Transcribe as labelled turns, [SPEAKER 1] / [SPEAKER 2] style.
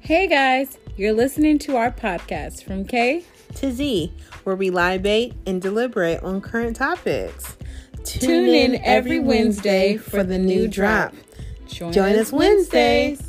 [SPEAKER 1] Hey guys, you're listening to our podcast from K
[SPEAKER 2] to Z, where we libate and deliberate on current topics.
[SPEAKER 1] Tune in every Wednesday for the new drop.
[SPEAKER 2] Join us Wednesdays.